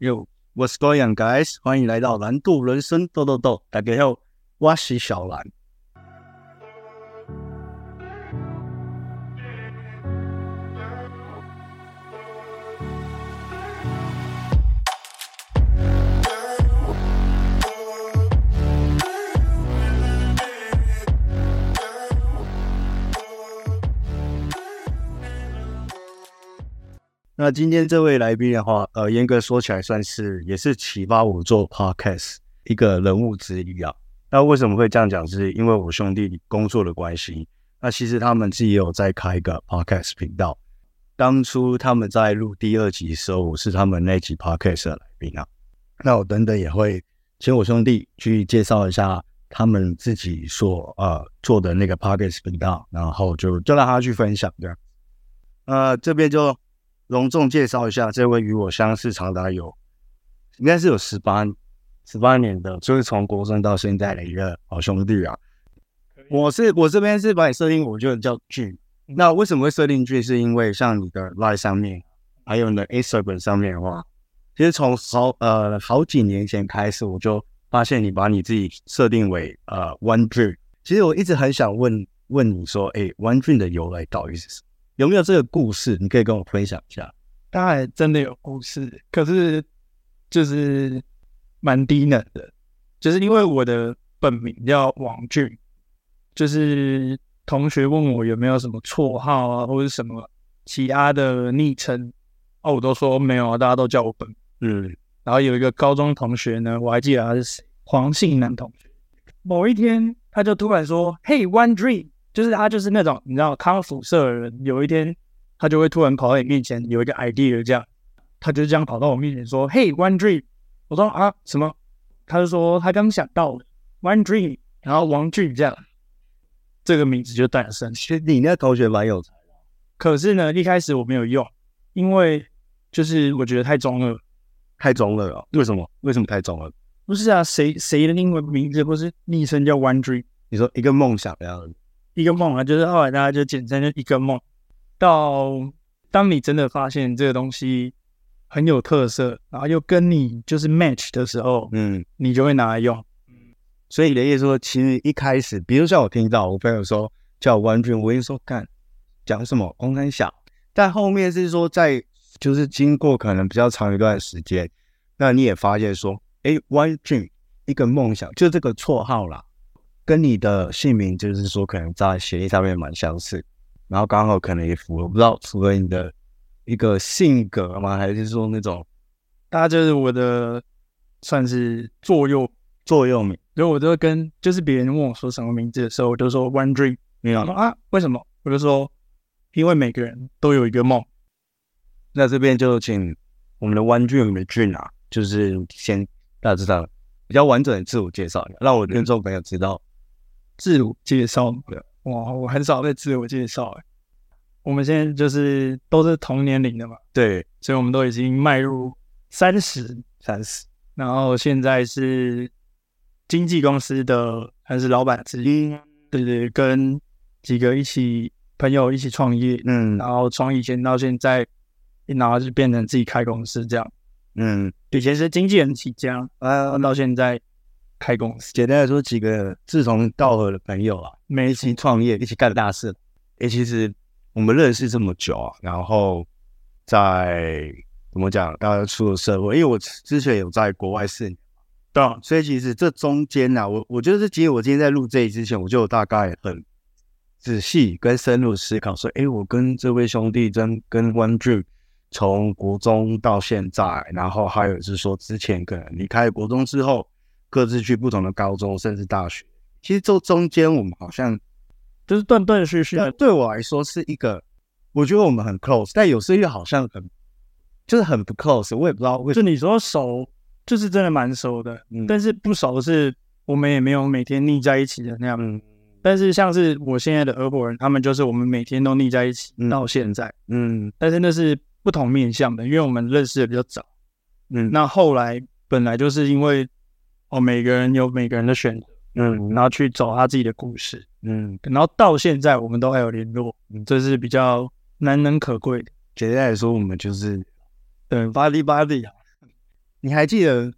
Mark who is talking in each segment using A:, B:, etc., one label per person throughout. A: Yo, what's going on, guys？欢迎来到蓝度人生豆豆豆，大家好，我是小蓝。那今天这位来宾的话，呃，严格说起来算是也是启发我做 podcast 一个人物之一啊。那为什么会这样讲？是因为我兄弟工作的关系。那其实他们自己也有在开一个 podcast 频道。当初他们在录第二集的时候，我是他们那集 podcast 的来宾啊。那我等等也会请我兄弟去介绍一下他们自己所呃做的那个 podcast 频道，然后就就让他去分享这样。呃，这边就隆重介绍一下这位与我相识长达有，应该是有十八十八年的，就是从国中到现在的一个好兄弟啊。我是我这边是把你设定，我就叫俊。那为什么会设定俊？是因为像你的 Line 上面，还有你的 Instagram 上面的话，其实从好呃好几年前开始，我就发现你把你自己设定为呃 One Dream。其实我一直很想问问你说，哎、o n e Dream 的由来到底是什么？有没有这个故事？你可以跟我分享一下。
B: 当然真的有故事，可是就是蛮低能的，就是因为我的本名叫王俊，就是同学问我有没有什么绰号啊，或者什么其他的昵称，哦，我都说没有啊，大家都叫我本名。
A: 嗯，
B: 然后有一个高中同学呢，我还记得他是谁，黄姓男同学。某一天，他就突然说：“Hey, One Dream。”就是他就是那种你知道康复社的人，有一天他就会突然跑到你面前，有一个 idea 这样，他就这样跑到我面前说：“Hey, One Dream。”我说：“啊，什么？”他就说他刚想到了 One Dream，然后王俊这样，这个名字就诞生。
A: 其实你那同学蛮有才，啊
B: 可是呢，一开始我没有用，因为就是我觉得太中二，
A: 太中了哦。为什么？为什么太中了？
B: 不是啊，谁谁的英文名字或是昵称叫 One Dream，
A: 你说一个梦想的样子，
B: 一个梦啊，就是后来大家就简称就一个梦。到当你真的发现这个东西很有特色，然后又跟你就是 match 的时候，
A: 嗯，
B: 你就会拿来用。
A: 所以你的意思说，其实一开始，比如像我听到我朋友说叫我 One Dream，我一说干讲什么公三小，但后面是说在就是经过可能比较长一段时间，那你也发现说，哎，One Dream 一个梦想，就这个绰号啦，跟你的姓名就是说可能在协议上面蛮相似，然后刚好可能也符合，不知道符合你的一个性格吗？还是说那种
B: 大家就是我的算是座右，
A: 座右铭？
B: 所以我都跟就是别人问我说什么名字的时候，我就说 One Dream。
A: 你
B: 然后啊，为什么？我就说，因为每个人都有一个梦。
A: 那这边就请我们的弯俊，我们的俊啊，就是先大致上比较完整的自我介绍一下，让我的听众朋友知道。
B: 自我介绍嘛
A: 对
B: 哇，我很少在自我介绍哎。我们现在就是都是同年龄的嘛，
A: 对，
B: 所以我们都已经迈入三十，
A: 三十，
B: 然后现在是经纪公司的还是老板之一，对对，跟几个一起朋友一起创业，
A: 嗯
B: 然后从以前到现在，然后就变成自己开公司这样。
A: 嗯，
B: 以前是经纪人起家，
A: 呃，
B: 到现在开公司，
A: 简单来说，几个志同道合的朋友啊，
B: 没
A: 一
B: 错
A: 起，创业，一起干大事。诶，其实我们认识这么久啊，然后在怎么讲，大家出了社会，因为我之前有在国外四年。
B: 对啊，
A: 所以其实这中间呢、啊，我我就是其实我今天在录这一之前，我就有大概很仔细跟深入思考，说，诶，我跟这位兄弟真跟 One Dream 从国中到现在，然后还有是说之前可能离开国中之后，各自去不同的高中甚至大学，其实这中间我们好像
B: 就是断断续续的
A: 对对我来说是一个，我觉得我们很 close，但有时候又好像很就是很不 close，我也不知道为什
B: 就
A: 么。
B: 你说熟，就是真的蛮熟的，
A: 嗯
B: 但是不熟是我们也没有每天腻在一起的那样。
A: 嗯
B: 但是像是我现在的俄国人，他们就是我们每天都腻在一起
A: 嗯
B: 到现在，
A: 嗯
B: 但是那是不同面向的，因为我们认识的比较早。
A: 嗯
B: 那后来本来就是因为哦，每个人有每个人的选择，
A: 嗯
B: 然后去走他自己的故事，
A: 嗯，
B: 然后到现在我们都还有联络，嗯这是比较难能可贵的。
A: 简单来说，我们就是
B: 对，
A: 巴黎巴黎啊，你还记得？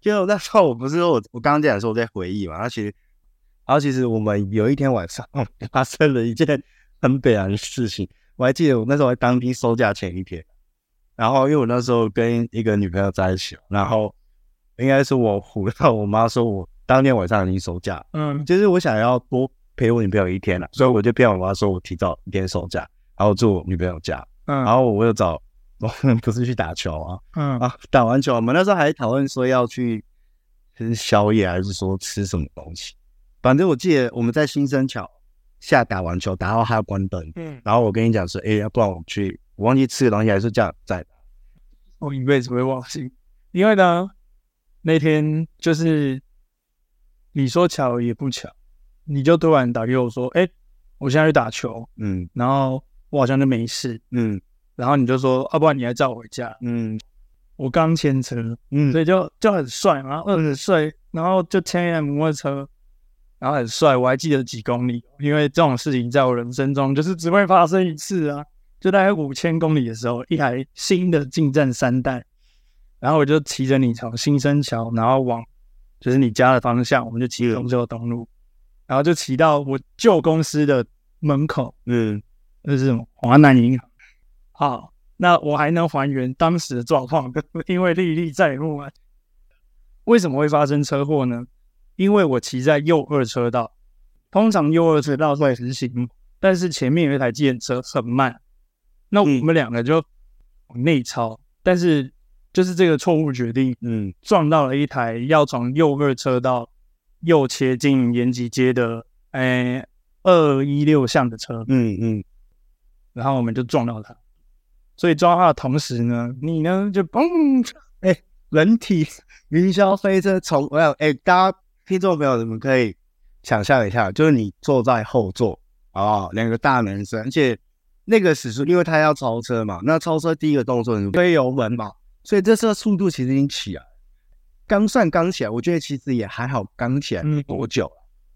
A: 就那时候我不是说我我刚刚讲说我在回忆嘛，然后其实，然后其实我们有一天晚上 发生了一件很北然的事情。我还记得我那时候还当兵收假前一天，然后因为我那时候跟一个女朋友在一起，然后应该是我唬到我妈说我当天晚上已经收假，
B: 嗯，
A: 就是我想要多陪我女朋友一天了、啊所以我就骗我妈说我提早一天收假，然后住我女朋友家，
B: 嗯，
A: 然，后我又找 我们不是去打球啊，
B: 嗯，
A: 啊，打完球，我们那时候还讨论说要去吃宵夜，还是说吃什么东西。反正我记得我们在新生桥下打完球，打到还要关灯，
B: 嗯，
A: 然后我跟你讲说，哎、要不然我们去，我忘记吃的东西还是这样在。
B: 我一辈子不会忘记，因为呢，那天就是你说巧也不巧，你就突然打给我说，哎、我现在去打球，
A: 嗯
B: 然后我好像就没事，
A: 嗯
B: 然后你就说，啊要、不然你来载我回家，
A: 嗯
B: 我刚牵车，
A: 嗯，
B: 所以就就很帅嘛，二十岁，然后就牵一辆摩托车，然后很帅，我还记得几公里，因为这种事情在我人生中就是只会发生一次啊，就大概五千公里的时候，一台新的进站三代，然后我就骑着你从新生桥，然后往就是你家的方向，我们就骑中州东路，然后就骑到我旧公司的门口，
A: 嗯
B: 就是什么华南银行。好，那我还能还原当时的状况，因为历历在目啊。为什么会发生车祸呢？因为我骑在右二车道，通常右二车道会直行，但是前面有一台计程车很慢，那我们两个就往内超，但是就是这个错误决定
A: 嗯
B: 撞到了一台要从右二车道右切进延吉街的，诶二一六巷的车，
A: 嗯嗯
B: 然后我们就撞到他。所以撞到他的同时呢，你呢就嘣，
A: 人体 云霄飞车从我想，哎、大家听众朋友你们可以想象一下，就是你坐在后座啊，两个大男生，而且那个时速，因为他要超车嘛，那超车第一个动作你推油门嘛，所以这车速度其实已经起来了，刚算刚起来，我觉得其实也还好，刚起来
B: 嗯
A: 多久了？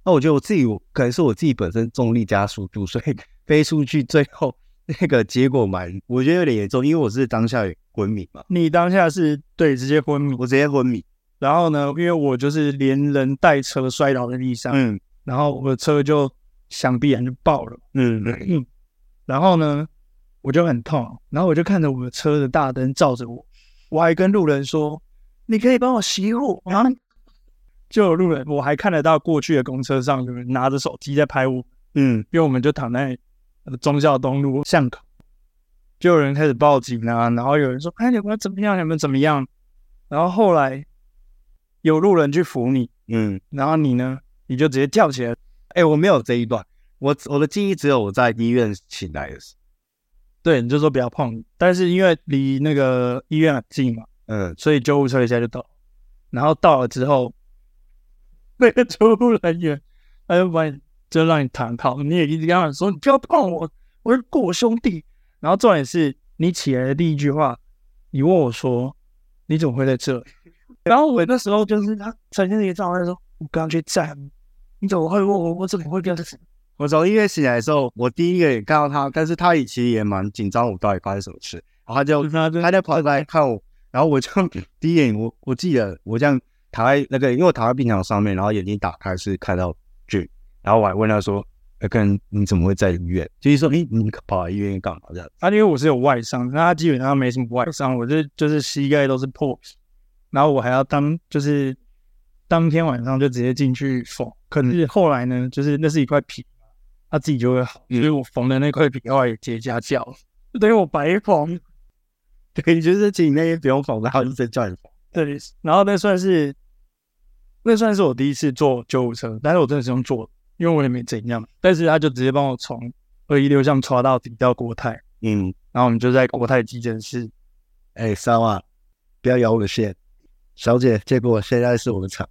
A: 那我觉得我自己，我可能是我自己本身重力加速度，所以 飞出去最后那个结果蛮，我觉得有点严重，因为我是当下昏迷嘛，
B: 你当下是对直接昏迷。
A: 我直接昏迷。
B: 然后呢，因为我就是连人带车摔倒在地上，
A: 嗯
B: 然后我的车就想必然就爆了。
A: 嗯
B: 然后呢，我就很痛，然后我就看着我的车的大灯照着我，我还跟路人说：“你可以帮我熄火吗？”就有路人，我还看得到过去的公车上有人拿着手机在拍我，
A: 嗯
B: 因为我们就躺在呃忠孝东路巷口，就有人开始报警啊，然后有人说：“哎，你们怎么样？你们怎么样？”然后后来有路人去扶你，
A: 嗯，
B: 然后你呢，你就直接跳起来，
A: 哎、我没有这一段，我我的记忆只有我在医院醒来的时候。
B: 对，你就说不要碰，但是因为离那个医院很近嘛，
A: 嗯
B: 所以救护车一下就到，然后到了之后，那个救护人员他就把你就让你躺好，你也一直跟他说你不要碰我，我是我兄弟。然后重点是你起来的第一句话，你问我说你怎么会在这里？然后我那时候就是他呈现一个状态说，我刚去站，你怎么会问我我怎么会变成？
A: 我从医院醒来的时候，我第一个也看到他，但是他也其实也蛮紧张，我到底发生什么事。然后他就
B: 他就
A: 哦他就跑过来看我，然后我就第一眼我我记得我这样躺在那个，因为我躺在病床上面，然后眼睛打开是看到剧，然后我还问他说：“呃，跟你怎么会在医院？”就是说：“诶、哎你跑来医院干嘛？”这样
B: 啊，因为我是有外伤，那他基本上没什么外伤，我就就是膝盖都是破，然后我还要当就是当天晚上就直接进去缝，可是后来呢，就是那是一块皮，它自己就会好，所以我缝的那块皮后来也结痂 掉了，就等于嗯我白缝。
A: 对，就是请你那些不用缝，然后医生叫你缝。
B: 对，然后那算是那算是我第一次坐救护车，但是我真的是用坐的，因为我也没怎样，但是他就直接帮我从二一六巷抓到底到国泰，
A: 嗯，
B: 然后我们就在国泰急诊室
A: 哎、三万，不要咬我的线，小姐。结果现在是我的场。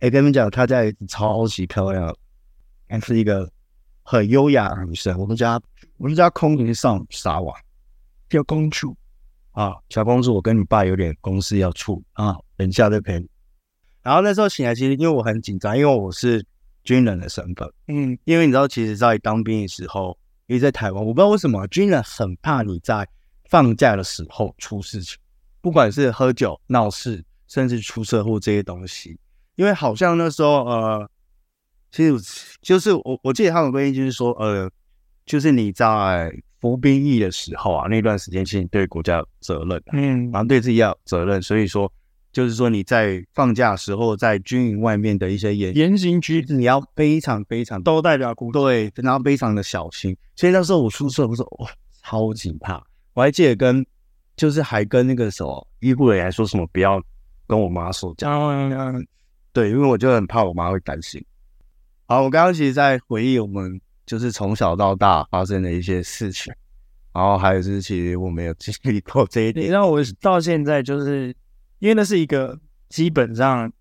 A: 哎、跟你们讲，她家也超级漂亮，还是一个很优雅的女生。我们家，我们家空灵上撒网
B: 叫公主。
A: 啊，小公主，我跟你爸有点公事要处啊，等一下再陪你。然后那时候醒来，其实因为我很紧张，因为我是军人的身份，
B: 嗯
A: 因为你知道，其实，在当兵的时候，因为在台湾，我不知道为什么军人很怕你在放假的时候出事情。不管是喝酒、闹事，甚至出车祸这些东西。因为好像那时候呃，其实就是我我记得他们规定就是说呃，就是你在服兵役的时候啊，那段时间其实你对国家有责任、啊，
B: 嗯
A: 然后对自己要有责任，所以说就是说你在放假的时候在军营外面的一些演
B: 言行举止
A: 你要非常非常
B: 都代表股东。
A: 对，然后非常的小心。所以那时候我出事，我说哇，超级怕。我还记得跟就是还跟那个什么医护人员还说什么不要跟我妈说这样，
B: 嗯，
A: 对，因为我就很怕我妈会担心。好，我刚刚其实在回忆我们就是从小到大发生的一些事情，然后还有就是其实我没有经历过这一
B: 你
A: 点，
B: 让我到现在就是，因为那是一个基本上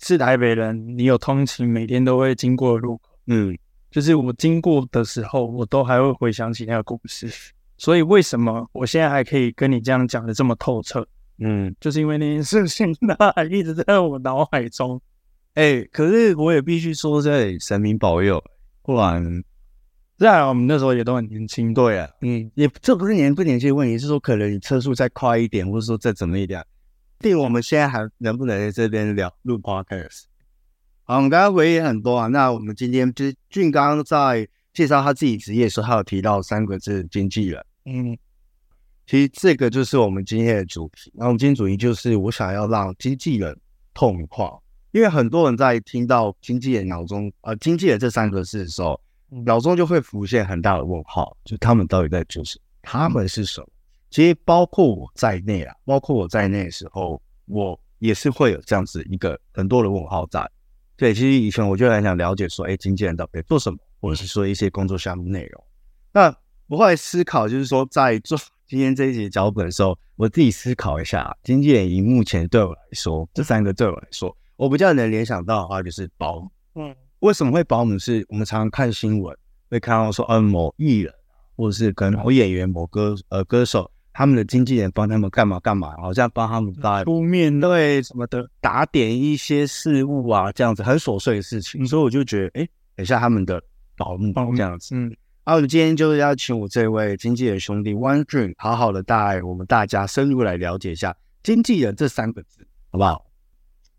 B: 是台北人，你有通勤每天都会经过的路口。
A: 嗯，
B: 就是我经过的时候，我都还会回想起那个故事。所以为什么我现在还可以跟你这样讲的这么透彻，
A: 嗯，
B: 就是因为那件事情 它还一直在我脑海中。
A: 哎、可是我也必须说，这神明保佑，不然
B: 虽然我们那时候也都很年轻，
A: 对啊，
B: 嗯，
A: 也这不是年不年轻的问题，是说可能你车速再快一点，或者说再怎么一点。对，我们现在还能不能在这边聊录 podcast？好，我们刚刚回忆很多啊。那我们今天就是俊刚刚在介绍他自己职业的时候，他有提到三个字“经纪人”。
B: 嗯
A: 其实这个就是我们今天的主题。那我们今天主题就是我想要让经纪人痛化，因为很多人在听到经纪人脑中呃经纪人这三个字的时候，脑中就会浮现很大的问号，就他们到底在做什么？他们是什么？其实包括我在内啊，包括我在内的时候，我也是会有这样子一个很多的问号在。对，其实以前我就很想了解说，哎，经纪人到底在做什么，或者是说一些工作项目内容。那我后来思考，就是说，在做 今天这一集脚本的时候，我自己思考一下，啊经纪人以目前对我来说，这三个对我来说，我比较能联想到的话就是保姆。
B: 嗯
A: 为什么会保姆是？我们常常看新闻会看到说，嗯、某艺人或者是可能某演员、某歌呃歌手，他们的经纪人帮他们干嘛干嘛，好像帮他们在
B: 出面的
A: 对
B: 什么的，
A: 打点一些事物啊，这样子很琐碎的事情，所以我就觉得，哎，等一下他们的保姆
B: 嗯保姆
A: 这样子。
B: 嗯，
A: 啊，我们今天就是要请我这位经纪人兄弟 One Dream 好好的带我们大家深入来了解一下“经纪人”这三个字，好不好？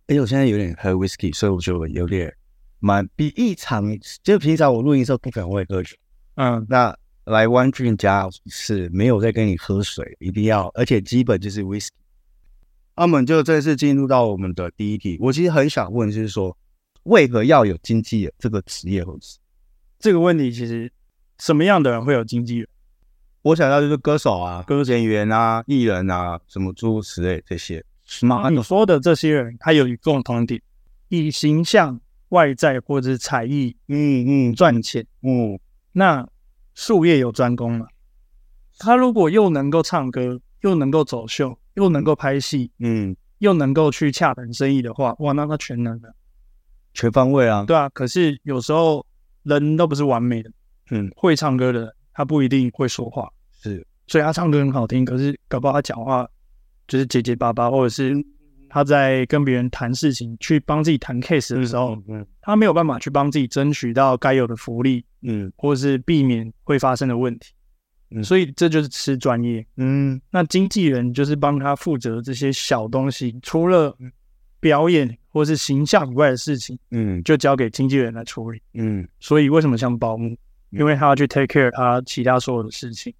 A: 而且我现在有点喝 whisky，所以我觉得我有点蛮比异常，就是平常我录音的时候不可能会喝酒。
B: 嗯，
A: 那来 One Dream 家是没有在跟你喝水，一定要，而且基本就是 whisky。那我们就正式进入到我们的第一题。我其实很想问，就是说，为何要有经纪人这个职业或者是
B: 这个问题其实什么样的人会有经纪人？
A: 我想到就是歌手啊、歌手演员啊、艺人啊，什么诸如此类这些。什么
B: 你说的这些人，他有一共同点，以形象、外在或者是才艺
A: 嗯嗯
B: 赚钱。
A: 嗯
B: 那术业有专攻嘛，他如果又能够唱歌，又能够走秀，又能够拍戏，
A: 嗯，
B: 又能够去洽谈生意的话，哇，那他全能了，
A: 全方位啊。
B: 对啊。可是有时候人都不是完美的，
A: 嗯，
B: 会唱歌的人他不一定会说话，
A: 是
B: 所以他唱歌很好听，可是搞不好他讲话就是结结巴巴，或者是他在跟别人谈事情，去帮自己谈 case 的时候，
A: 嗯
B: 他没有办法去帮自己争取到该有的福利，
A: 嗯
B: 或是避免会发生的问题。
A: 嗯
B: 所以这就是吃专业。
A: 嗯
B: 那经纪人就是帮他负责这些小东西，除了表演或是形象以外的事情，
A: 嗯
B: 就交给经纪人来处理。
A: 嗯
B: 所以为什么像保姆？因为他要去 take care 他其他所有的事情，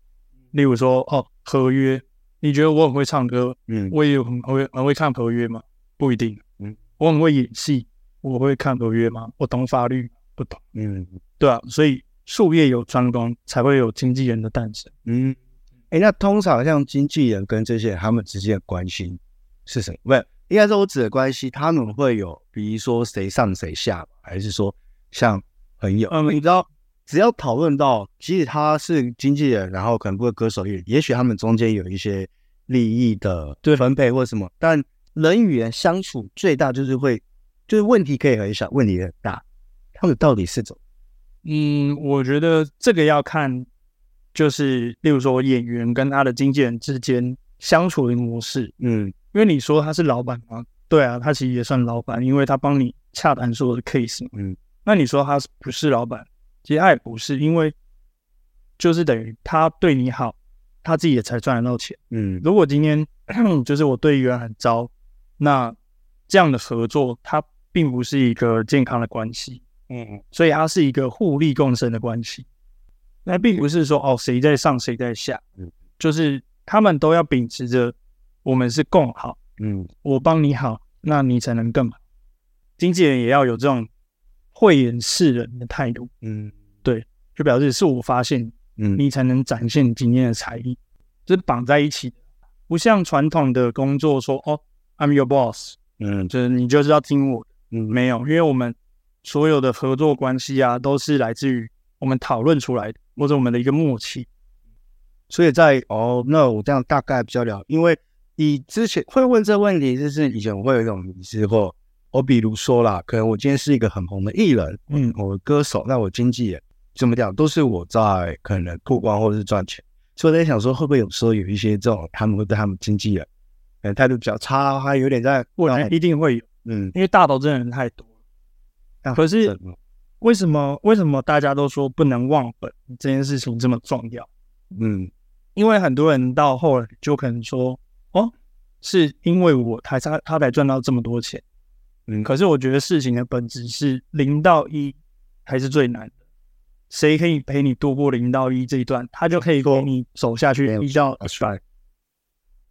B: 例如说哦合约，你觉得我很会唱歌，
A: 嗯
B: 我也有很会很会看合约吗？不一定。
A: 嗯，
B: 我很会演戏，我会看合约吗？我懂法律吗不懂，
A: 嗯
B: 对啊，所以术业有专攻，才会有经纪人的诞生。
A: 嗯。哎，那通常像经纪人跟这些人他们之间的关系是什么？不是，应该说我指的关系，他们会有，比如说谁上谁下吗，还是说像朋友？
B: 嗯
A: 你知道，只要讨论到，即使他是经纪人，然后可能不是歌手艺人，也许他们中间有一些利益的对分配或什么，但人与人相处最大就是会，就是问题可以很小，问题很大，他们到底是怎么？
B: 嗯，我觉得这个要看，就是例如说演员跟他的经纪人之间相处的模式，
A: 嗯
B: 因为你说他是老板吗？对啊，他其实也算老板，因为他帮你洽谈所有的 case 嘛。
A: 嗯，
B: 那你说他是不是老板？其实他也不是，因为就是等于他对你好，他自己也才赚得到钱。
A: 嗯
B: 如果今天 就是我对语言很糟，那这样的合作它并不是一个健康的关系，
A: 嗯，
B: 所以它是一个互利共生的关系。那并不是说哦谁在上谁在下
A: 嗯，
B: 就是他们都要秉持着我们是共好，
A: 嗯
B: 我帮你好，那你才能更好。经纪人也要有这种慧眼识人的态度，
A: 嗯
B: 就表示是我发现你
A: 嗯
B: 你才能展现你今天的才艺，就是绑在一起的，不像传统的工作说哦，I'm your boss，
A: 嗯
B: 就是你就是要听我的。
A: 嗯
B: 没有，因为我们所有的合作关系啊，都是来自于我们讨论出来的，或者我们的一个默契。
A: 所以在哦，那我这样大概比较了，因为以之前会问这问题，就是以前我会有一种迷失或我比如说啦，可能我今天是一个很红的艺人，
B: 嗯
A: 我歌手，那我经纪人怎么讲，都是我在可能曝光或者是赚钱，所以我在想说，会不会有时候有一些这种他们会对他们经纪人，可能态度比较差，还有点在
B: 不然一定会有，
A: 嗯，
B: 因为大头真的人太多了。可是为什么为什么大家都说不能忘本这件事情这么重要？
A: 嗯
B: 因为很多人到后来就可能说，哦，是因为我才他他才赚到这么多钱。
A: 嗯
B: 可是我觉得事情的本质是零到一还是最难的，谁可以陪你度过零到一这一段，他就可以陪你走下去一到
A: 帅，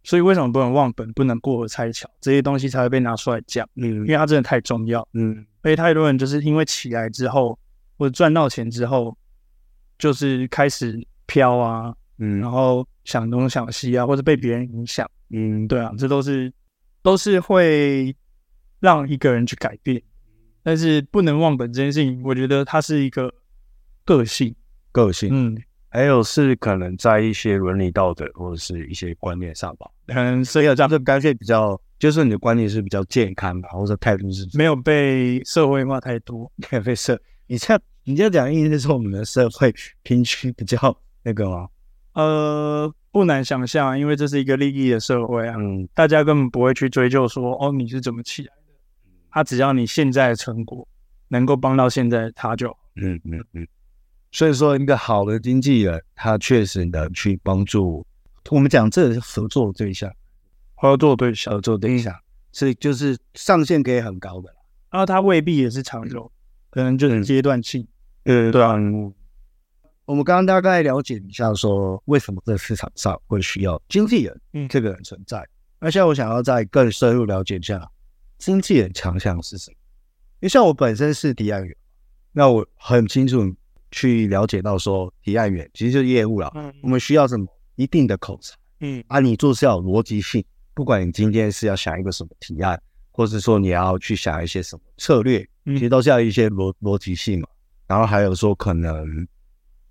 B: 所以为什么不能忘本，不能过河拆桥，这些东西才会被拿出来讲，
A: 嗯
B: 因为它真的太重要。
A: 嗯
B: 所以太多人就是因为起来之后，或者赚到钱之后，就是开始飘啊，然
A: 嗯
B: 后想东想西啊，或者被别人影响，
A: 嗯，
B: 对啊，这都是都是会让一个人去改变，但是不能忘本这件事情，我觉得它是一个个性，
A: 个性，
B: 嗯，
A: 还有是可能在一些伦理道德或者是一些观念上吧，
B: 可能所以这样
A: 这干脆比较，就是你的观念是比较健康吧，或者态度是
B: 没有被社会化太多，
A: 免费社。你这样你这样讲，意思是说我们的社会平均比较那个吗？
B: 呃，不难想象，啊因为这是一个利益的社会啊，
A: 嗯
B: 大家根本不会去追究说哦你是怎么起来的，
A: 嗯
B: 他只要你现在的成果能够帮到现在的他就好，
A: 嗯嗯嗯。所以说，一个好的经纪人，他确实能去帮助我们讲这个是合作对象，
B: 合作对象，
A: 合作对象，所以就是上限可以很高的啦。
B: 然啊后他未必也是长久，可能就是阶段性。
A: 嗯，
B: 对啊
A: 我们刚刚大概了解一下，说为什么这市场上会需要经纪人
B: 嗯
A: 这个人存在。那现在我想要再更深入了解一下经纪人强项是什么，因为像我本身是提案员，那我很清楚去了解到说提案员其实就是业务啦，
B: 嗯
A: 我们需要什么一定的口才。
B: 嗯
A: 啊，你做事要有逻辑性，不管你今天是要想一个什么提案，或是说你要去想一些什么策略，
B: 嗯
A: 其实都是要一些逻逻辑性嘛。然后还有说可能，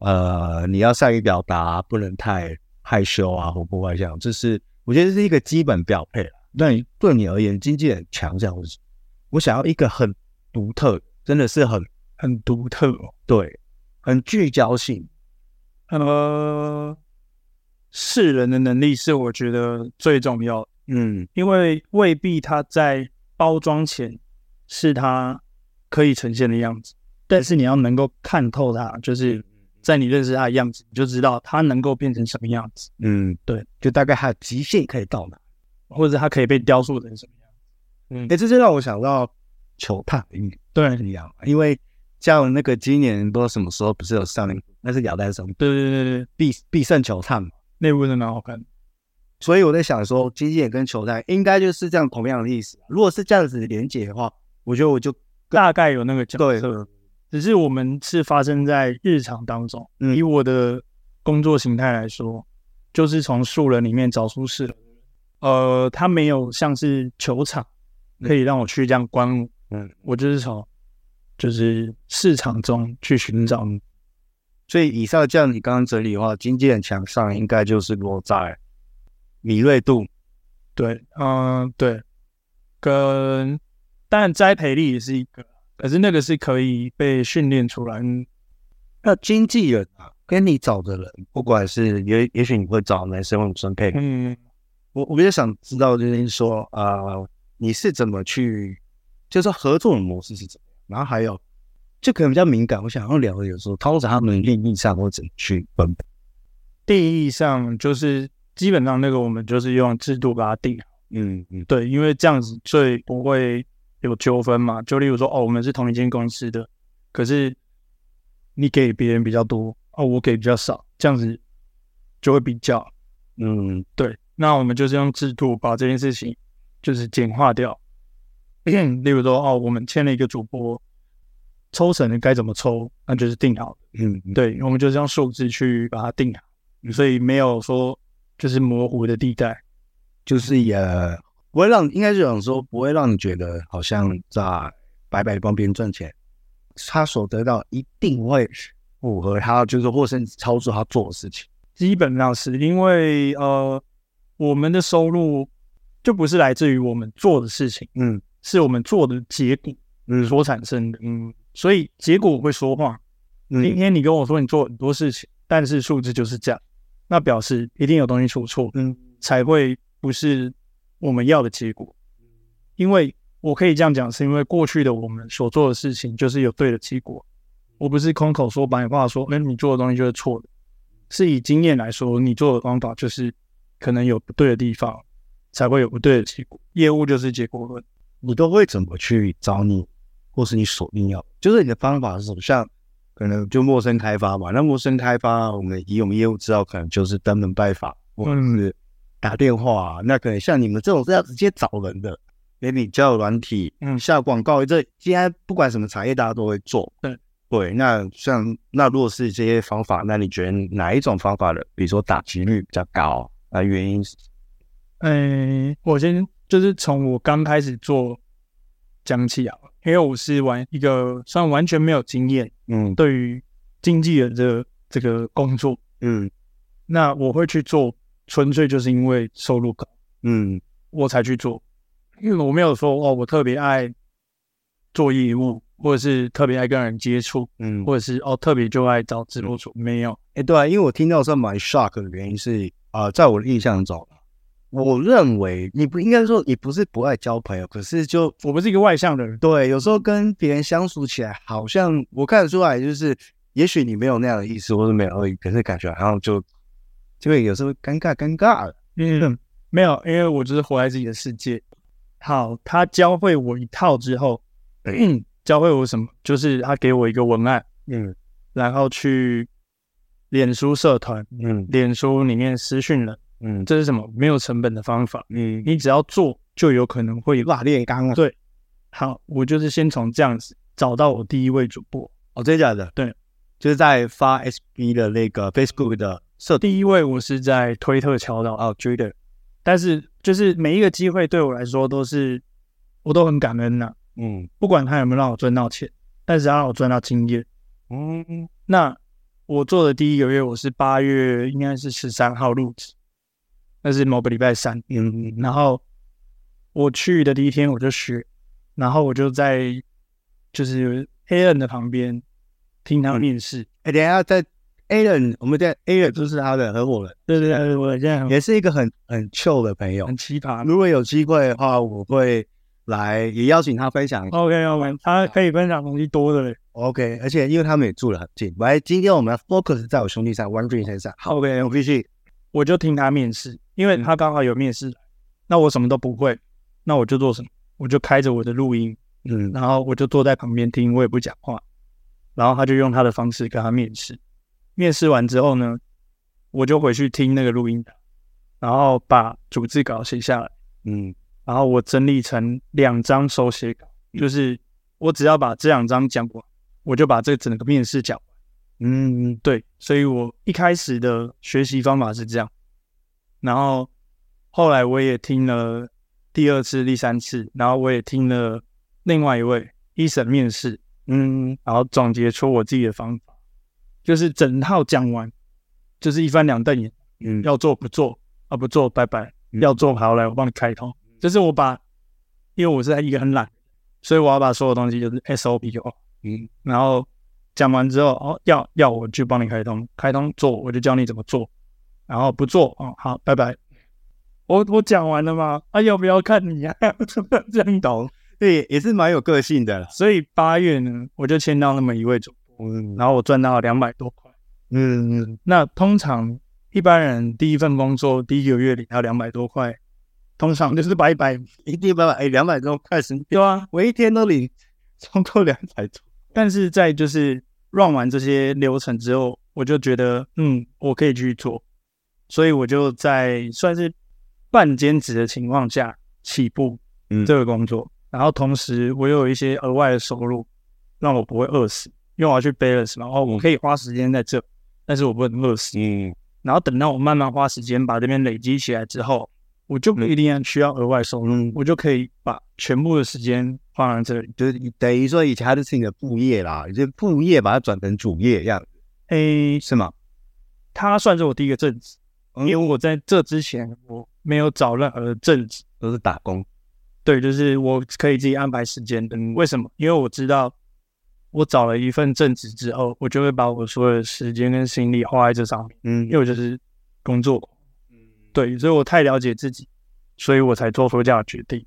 A: 呃，你要善于表达，不能太害羞啊，活泼外向，这是我觉得这是一个基本标配了。那你对你而言，经纪人强项是什么？我想要一个很独特，真的是很
B: 很独特哦。
A: 对，很聚焦性。
B: 呃，世人的能力是我觉得最重要的，
A: 嗯
B: 因为未必他在包装前是他可以呈现的样子，但是你要能够看透他，就是在你认识他的样子，你就知道他能够变成什么样子，
A: 嗯，
B: 对，
A: 就大概它的极限可以到哪？
B: 或者他可以被雕塑成什么样子。嗯
A: 哎、这就让我想到球探的一
B: 对
A: 一样，因为像那个今年不知道什么时候不是有上那个那是亚丹什么
B: 对对对对，
A: 必必胜球探嘛，
B: 内部真的蛮好看的。
A: 所以我在想说，经纪人跟球探应该就是这样同样的意思。啊如果是这样子的连接的话，我觉得我就
B: 大概有那个角
A: 对
B: 色，只是我们是发生在日常当中。
A: 嗯
B: 以我的工作形态来说，就是从素人里面找出适合的人。呃，他没有像是球场
A: 嗯
B: 可以让我去这样观舞，
A: 嗯，
B: 我就是从就是市场中去寻找。
A: 所以以上这样你刚刚整理的话，经纪人强项应该就是落在敏锐度，
B: 对，嗯、对，跟当然栽培力也是一个，可是那个是可以被训练出来。嗯
A: 那经纪人啊，跟你找的人，不管是也也许你会找男生或女生配合，
B: 嗯，
A: 我我比较想知道就是说，呃，你是怎么去，就是说合作的模式是怎么样？然后还有，就可能比较敏感，我想要聊的有时候，通常他们的利益上或怎么去分配？
B: 定义上就是基本上那个我们就是用制度把它定好。
A: 嗯嗯
B: 对，因为这样子最不会有纠纷嘛。就例如说，哦，我们是同一间公司的，可是你给别人比较多，哦，我给比较少，这样子就会比较。
A: 嗯，
B: 对，那我们就是用制度把这件事情就是简化掉。 例如说，哦，我们签了一个主播，抽成的该怎么抽，那就是定好。
A: 嗯，嗯，
B: 对，我们就是用数字去把它定好，所以没有说就是模糊的地带。
A: 就是也不会让，应该是想说不会让你觉得好像在白白帮别人赚钱，他所得到一定会符合他，就是或甚至超出他做的事情。
B: 基本上是因为呃，我们的收入就不是来自于我们做的事情，
A: 嗯
B: 是我们做的结果
A: 嗯
B: 所产生的。嗯，所以结果会说话。今
A: 嗯
B: 天你跟我说你做很多事情，但是数字就是这样，那表示一定有东西出错，
A: 嗯，
B: 才会不是我们要的结果。因为我可以这样讲，是因为过去的我们所做的事情就是有对的结果，我不是空口说白话说，哎、你做的东西就是错的，是以经验来说，你做的方法就是可能有不对的地方，才会有不对的结果。业务就是结果论，
A: 你都会怎么去找你，或是你锁定要，就是你的方法是什么？像可能就陌生开发嘛，那陌生开发，我们以我们业务知道，可能就是登门拜访，或者
B: 嗯
A: 是打电话、啊那可能像你们这种是要直接找人的，连你交友软体，
B: 嗯
A: 下广告，这现在不管什么产业，大家都会做。
B: 对
A: 对，那像那如果是这些方法，那你觉得哪一种方法的，比如说打击率比较高？那原因是
B: 嗯、我先就是从我刚开始做讲起啊，因为我是玩一个算完全没有经验，
A: 嗯
B: 对于经纪人的这个工作，
A: 嗯
B: 那我会去做，纯粹就是因为收入高，
A: 嗯
B: 我才去做，因为我没有说哦，我特别爱做业务，或者是特别爱跟人接触，
A: 嗯，
B: 或者是哦特别就爱找直播主，没有，
A: 哎、对啊，因为我听到算蛮 shock 的原因是啊、呃在我的印象中，我认为你不应该说你不是不爱交朋友，可是就
B: 我不是一个外向的人，
A: 对，有时候跟别人相处起来，好像我看得出来，就是也许你没有那样的意思，或者没有恶意，可是感觉好像就就会有时候尴尬尴尬的。
B: 嗯，没有，因为我就是活在自己的世界。好，他教会我一套之后，嗯教会我什么？就是他给我一个文案，
A: 嗯
B: 然后去脸书社团、
A: 嗯
B: 脸书里面私讯人，
A: 嗯
B: 这是什么？没有成本的方法，
A: 嗯，
B: 你只要做就有可能会有。
A: 哇，炼钢啊！
B: 对，好，我就是先从这样子找到我第一位主播，
A: 哦，真的假的？
B: 对，
A: 就是在发 SB 的那个 Facebook 的社
B: 第一位我是在推特敲到
A: 哦 j u d e
B: 但是就是每一个机会对我来说都是，我都很感恩呐、
A: 嗯
B: 不管他有没有让我赚到钱，但是他让我赚到经验。
A: 嗯
B: 那我做的第一个月，我是八月应该是十三号入职，那是某个礼拜三。
A: 嗯
B: 然后我去的第一天我就学，然后我就在就是黑人的旁边听他面试。
A: 哎、等一下在 Alan，我们在 Alan 就是他的合伙人，
B: 对对对，我现在很
A: 也是一个很很 chill 的朋友
B: 很。奇葩。
A: 如果有机会的话，我会来也邀请他分享
B: OK OK，他可以分享东西多的嘞。
A: OK，而且因为他们也住得很近，来，今天我们要 focus 在我兄弟上 One Dream 身上。好，OK，我必须，
B: 我就听他面试，因为他刚好有面试，那我什么都不会，那我就做什么？我就开着我的录音，
A: 嗯
B: 然后我就坐在旁边听，我也不讲话。然后他就用他的方式跟他面试。面试完之后呢，我就回去听那个录音档，然后把逐字稿写下来，
A: 嗯
B: 然后我整理成两张手写稿，就是我只要把这两张讲完，我就把这整个面试讲完。
A: 嗯
B: 对，所以我一开始的学习方法是这样，然后后来我也听了第二次、第三次，然后我也听了另外一位医生面试，
A: 嗯
B: 然后总结出我自己的方法，就是整套讲完，就是一翻两瞪眼，
A: 嗯，
B: 要做不做啊，不做拜拜，要做好来我帮你开通，就是我把，因为我是一个很懒，所以我要把所有东西就是 SOP 就好
A: 嗯
B: 然后讲完之后，哦，要要我去帮你开通，开通做我就教你怎么做，然后不做哦，好，拜拜。我我讲完了吗？啊，要不要看你啊？ 这样懂。
A: 对，也是蛮有个性的啦。
B: 所以八月呢，我就签到那么一位主播，
A: 嗯
B: 然后我赚到两百多块。
A: 嗯
B: 那通常一般人第一份工作第一个月领到两百多块，通常就是拜拜。
A: 一定办法，哎，两百多块是，
B: 对啊，
A: 我一天都领超过两百多，
B: 但是在就是 run 完这些流程之后，我就觉得嗯，我可以继续做，所以我就在算是半兼职的情况下起步
A: 嗯
B: 这个工作，然后同时我又有一些额外的收入，让我不会饿死，因为我要去 balance 嘛，哦，我可以花时间在这，但是我不能饿死。
A: 嗯
B: 然后等到我慢慢花时间把这边累积起来之后，我就不一定需要额外收入，
A: 嗯
B: 我就可以把全部的时间放在这里。
A: 就是你等于说以前它就是你的副业啦，你就副业把它转成主业一样，
B: 诶，
A: 是吗？
B: 它算是我第一个正职，因
A: 嗯
B: 为我在这之前我没有找任何正职，
A: 都是打工，
B: 对，就是我可以自己安排时间的。为什么？因为我知道我找了一份正职之后，我就会把我所有的时间跟心力花在这上面，
A: 嗯
B: 因为我就是工作对，所以我太了解自己，所以我才做出这样的决定。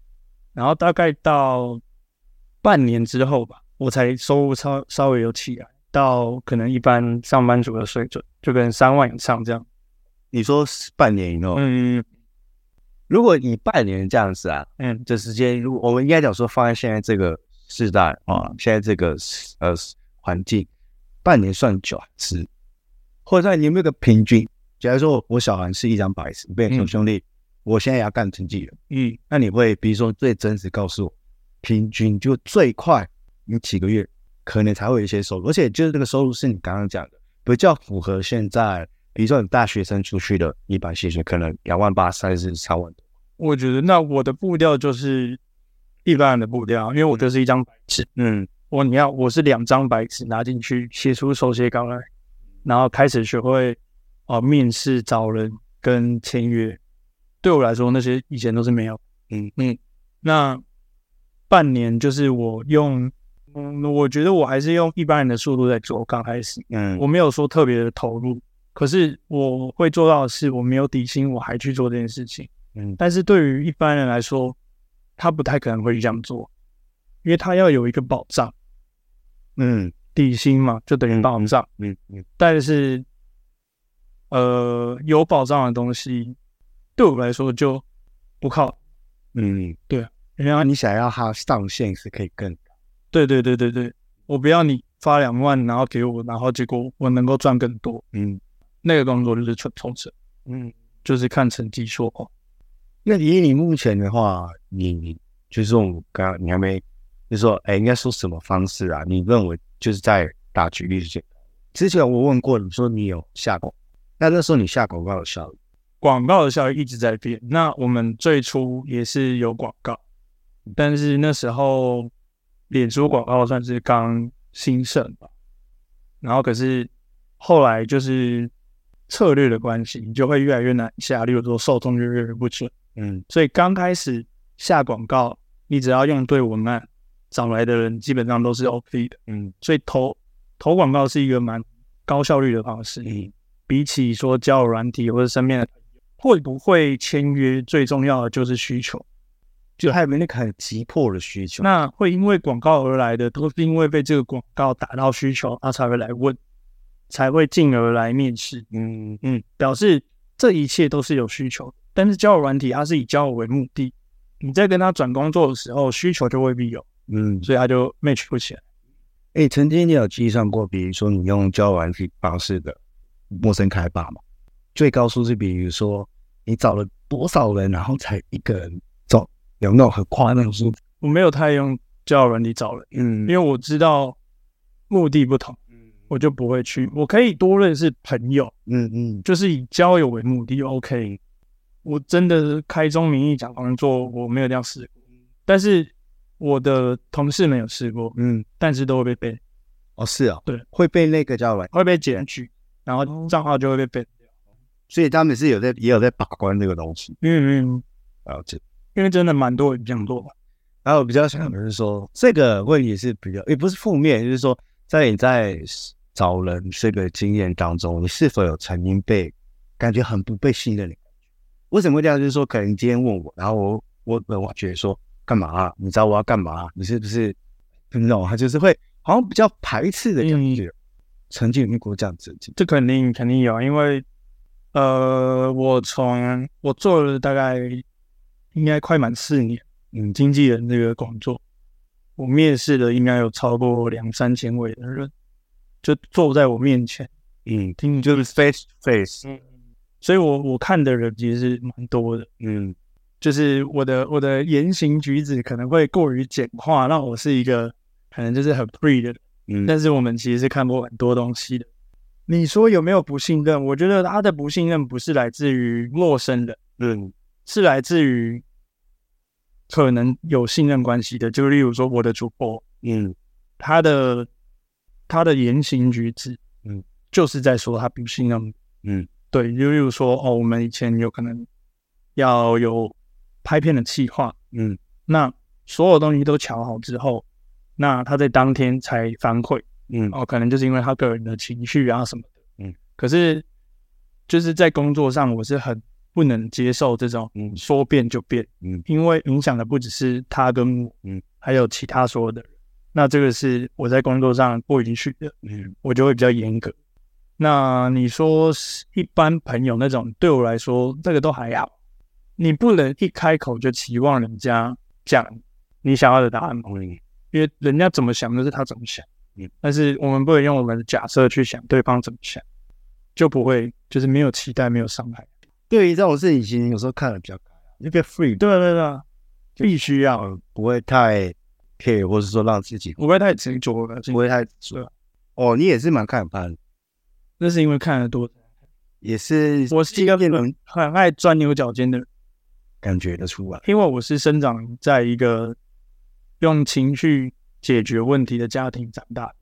B: 然后大概到半年之后吧，我才收入稍稍微有起来，到可能一般上班族的水准，就跟三万以上这样。
A: 你说是半年以后，
B: 嗯
A: 如果以半年这样子啊，
B: 嗯
A: 这时间，如果我们应该讲说放在现在这个时代啊，现在这个呃环境，半年算久还是？或者说你有没有个平均？假如说我小韩是一张白纸，被说
B: 嗯
A: 兄弟，我现在也要干经纪人，
B: 嗯，
A: 那你会比如说最真实告诉我，平均就最快你几个月可能才会有一些收入，而且就是这个收入是你刚刚讲的，比较符合现在，比如说你大学生出去的一般薪水，可能两万八、三十三万多，
B: 我觉得那我的步调就是一般人的步调，因为我就是一张白纸。
A: 嗯，
B: 我你要我是两张白纸拿进去写出手写稿来，然后开始学会啊、呃面试找人跟签约。对我来说，那些以前都是没有。
A: 嗯
B: 嗯，那半年就是我用，嗯，我觉得我还是用一般人的速度在做。刚开始
A: 嗯，
B: 我没有说特别的投入，可是我会做到的是，我没有底薪，我还去做这件事情。
A: 嗯
B: 但是对于一般人来说，他不太可能会这样做，因为他要有一个保障。
A: 嗯
B: 底薪嘛，就等于保障。
A: 嗯嗯
B: 但是，呃，有保障的东西对我来说就不靠。
A: 嗯，
B: 人家
A: 那
B: 你
A: 你想要它上限是可以更
B: 对对对对对，我不要你发两万，然后给我，然后结果我能够赚更多。
A: 嗯
B: 那个工作就是纯充实，
A: 嗯。
B: 就是看成绩说话。
A: 那以你目前的话，你你就是我刚刚你还没，就是说哎，应该说什么方式啊？你认为就是在打举例之前，之前我问过你说你有下广，那那时候你下广告有效率，
B: 广告的效益一直在变。那我们最初也是有广告，但是那时候脸书广告算是刚兴盛吧。然后可是后来就是策略的关系，你就会越来越难下。例如说受众就越来越不准，
A: 嗯
B: 所以刚开始下广告，你只要用对文案，找来的人基本上都是 OK 的。
A: 嗯
B: 所以投投广告是一个蛮高效率的方式。
A: 嗯
B: 比起说交友软体或者身边的朋友会不会签约，最重要的就是需求。
A: 就还有那个很急迫的需求，
B: 那会因为广告而来的，都是因为被这个广告打到需求，他才会来问，才会进而来面试。
A: 嗯
B: 嗯，表示这一切都是有需求的。但是交友软体它是以交友为目的，你在跟他转工作的时候，需求就未必有，
A: 嗯，
B: 所以他就 match 不起来。
A: 哎、曾经你有计算过，比如说你用交友软体方式的陌生开发嘛？最高数是比如说你找了多少人，然后才一个人走，有那种很夸张的数字。
B: 我没有太用交友软体找人，
A: 嗯
B: 因为我知道目的不同，我就不会去。我可以多认识朋友，
A: 嗯嗯
B: 就是以交友为目的，OK。我真的开宗明义讲工作，我没有这样试过，但是我的同事没有试过，
A: 嗯，
B: 但是都会被被
A: 哦是啊、哦，
B: 对，
A: 会被那个交友软体，
B: 会被检举，然后账号就会被被，
A: 所以他们是有在也有在把关这个东西，
B: 因为因为
A: 了解。
B: 因为真的蛮多人这样做吧。
A: 然后我比较想的是说，这个问题是比较也不是负面，就是说在你在找人这个经验当中，你是否有曾经被感觉很不被信任的感觉？为什么会这样？就是说，可能你今天问我，然后我我我我觉得说干嘛啊、你知道我要干嘛啊、你是不是你懂吗？就是会好像比较嗯排斥的感觉。曾经有遇过这样子的经
B: 啊这肯定肯定有，因为呃，我从我做了大概应该快满四年，嗯，经纪人这个工作，我面试的应该有超过两三千位的人，就坐在我面前，
A: 嗯，听就是 face to face，
B: 嗯，所以我我看的人其实是蛮多的，
A: 嗯
B: 就是我的我的言行举止可能会过于简化，让我是一个可能就是很 free 的人，
A: 嗯
B: 但是我们其实是看过很多东西的。你说有没有不信任？我觉得他的不信任不是来自于陌生人，
A: 嗯
B: 是来自于可能有信任关系的，就例如说我的主播，
A: 嗯
B: 他的他的言行举止，
A: 嗯，
B: 就是在说他不信任。
A: 嗯
B: 对，就例如说哦，我们以前有可能要有拍片的计划，
A: 嗯
B: 那所有东西都瞧好之后，那他在当天才反馈，
A: 嗯
B: 哦，可能就是因为他个人的情绪啊什么的，
A: 嗯，
B: 可是就是在工作上，我是很不能接受这种
A: 嗯
B: 说变就变，
A: 嗯
B: 因为影响的不只是他跟我，
A: 嗯，
B: 还有其他所有的人，那这个是我在工作上不允许的，
A: 嗯
B: 我就会比较严格。那你说是一般朋友那种，对我来说这个都还好。你不能一开口就期望人家讲你想要的答案嘛，
A: 嗯
B: 因为人家怎么想就是他怎么想。
A: 嗯，
B: 但是我们不能用我们的假设去想对方怎么想，就不会就是没有期待，没有伤害。
A: 对于这种事情，其实有时候看的比较开啊，那个 free
B: 对对对，必须要，
A: 不会太 care，或是说让自己
B: 我不会太执着了。
A: 不会太
B: 对
A: 哦，你也是蛮看盘，
B: 那是因为看得多，
A: 也是
B: 我是一个
A: 经验能
B: 很很爱钻牛角尖的人。
A: 感觉得出来，
B: 因为我是生长在一个用情绪解决问题的家庭长大，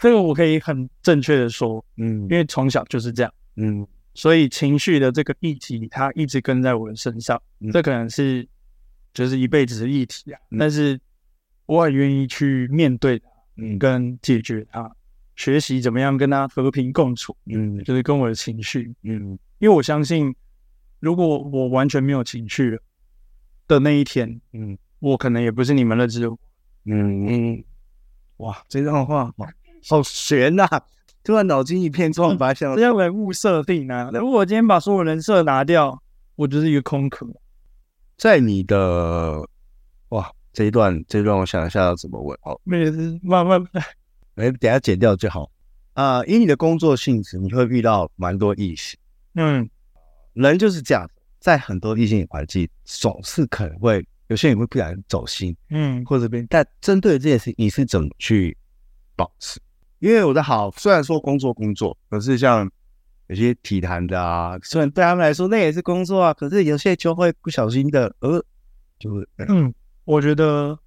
B: 这个我可以很正确的说，
A: 嗯
B: 因为从小就是这样，
A: 嗯
B: 所以情绪的这个议题它一直跟在我的身上
A: 嗯，
B: 这可能是就是一辈子的议题啊
A: 嗯，
B: 但是我很愿意去面对它，
A: 嗯
B: 跟解决它，学习怎么样跟它和平共处，
A: 嗯
B: 就是跟我的情绪，
A: 嗯
B: 因为我相信，如果我完全没有情绪了的那一天，
A: 嗯
B: 我可能也不是你们认知的我。
A: 嗯嗯，哇，这段话好好悬呐、突然脑筋一片
B: 嗯
A: 空白，想
B: 这叫人物设定啊！如果我今天把所有人设拿掉，我就是一个空壳。
A: 在你的哇这一段这一段，我想一下要怎么问好。
B: 那也是慢慢，
A: 哎，等一下剪掉就好。啊、以你的工作性质，你会遇到蛮多异性，
B: 嗯，
A: 人就是这样，在很多异性环境，总是可能会有些人会不小心走心
B: 嗯
A: 或者别人。但针对这件事，你是怎么去保持？因为我的好，虽然说工作工作，可是像有些体坛的啊，虽然对他们来说那也是工作啊，可是有些就会不小心的，呃，就会，
B: 嗯，我觉得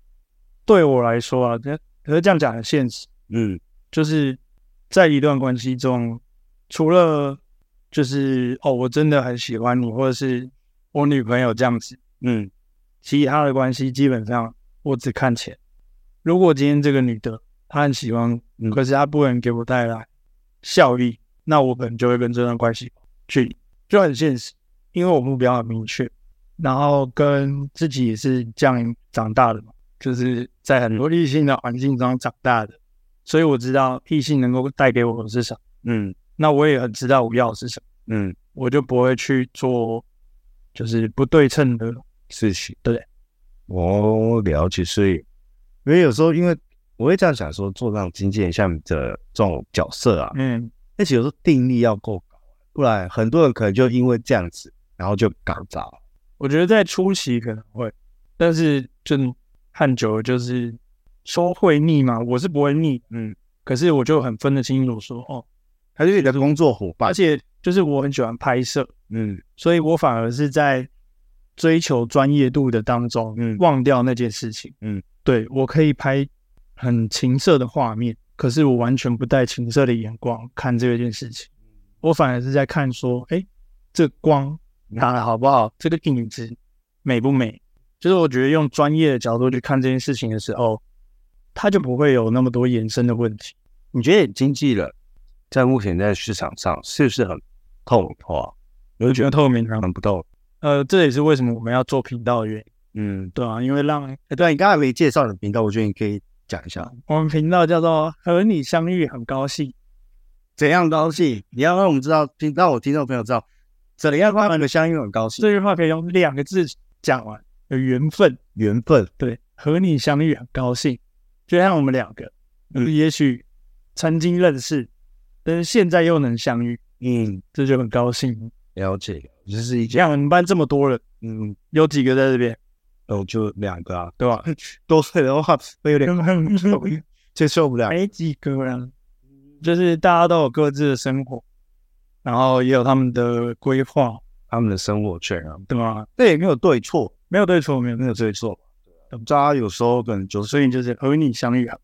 B: 对我来说啊，可可是这样讲很现实，
A: 嗯
B: 就是在一段关系中，除了就是哦，我真的很喜欢你，或者是我女朋友这样子，
A: 嗯
B: 其他的关系基本上我只看钱。如果今天这个女的她很喜欢
A: 嗯
B: 我，可是她不能给我带来效益，那我可能就会跟这段关系去离就很现实，因为我目标很明确，然后跟自己也是这样长大的嘛，就是在很多异性的环境中长大的，所以我知道异性能够带给我的是什么，
A: 嗯
B: 那我也很知道我要的是什么，
A: 嗯，
B: 我就不会去做就是不对称的
A: 事情，
B: 对
A: 我了解，所以因为有时候因为我会这样想说，做这种经纪人下面的这种角色啊，
B: 嗯
A: 而且有时候定力要够高，不然很多人可能就因为这样子，然后就搞砸了。
B: 我觉得在初期可能会，但是就看久了就是说会腻嘛，我是不会腻，
A: 嗯，
B: 可是我就很分得清楚说哦，
A: 他就是你的工作伙伴
B: 而。且就是我很喜欢拍摄，
A: 嗯
B: 所以我反而是在追求专业度的当中，
A: 嗯
B: 忘掉那件事情，
A: 嗯，
B: 对我可以拍很情色的画面，可是我完全不带情色的眼光看这件事情，
A: 嗯
B: 我反而是在看说，哎，这光
A: 嗯
B: 打的好不好，这个影子美不美，就是我觉得用专业的角度去看这件事情的时候，它就不会有那么多延伸的问题。
A: 你觉得你经纪人在目前在市场上是不是很啊透明化？我就觉
B: 觉得
A: 得
B: 透明啊，
A: 很不透。
B: 呃，这也是为什么我们要做频道的原因，
A: 嗯，
B: 对啊，因为让
A: 哎对，你刚才没介绍你的频道，我觉得你可以讲一下
B: 我们频道叫做“和你相遇很高兴
A: 怎样的东西，你要让我们知道，听让我听众朋友知道怎样让人相应很高兴？
B: 这句话可以用两个字讲完，有缘分。
A: 缘分，
B: 对，和你相遇很高兴，就像我们两个，就是
A: 嗯
B: 也许曾经认识，但是现在又能相遇，
A: 嗯，
B: 这就很高兴。
A: 了解，就是一
B: 你像我们班这么多人，
A: 嗯，
B: 有几个在这边，
A: 哦，就两个啊，
B: 对吧？
A: 多岁的话会有点接受不了。
B: 没几个人，就是大家都有各自的生活，然后也有他们的规划，
A: 他们的生活圈啊，
B: 对吧？
A: 这也没有对错，
B: 没有对错，没有
A: 没
B: 对
A: 有
B: 错，
A: 对错吧。大家有时候可能就
B: 所
A: 是，
B: 以就是和你相遇啊。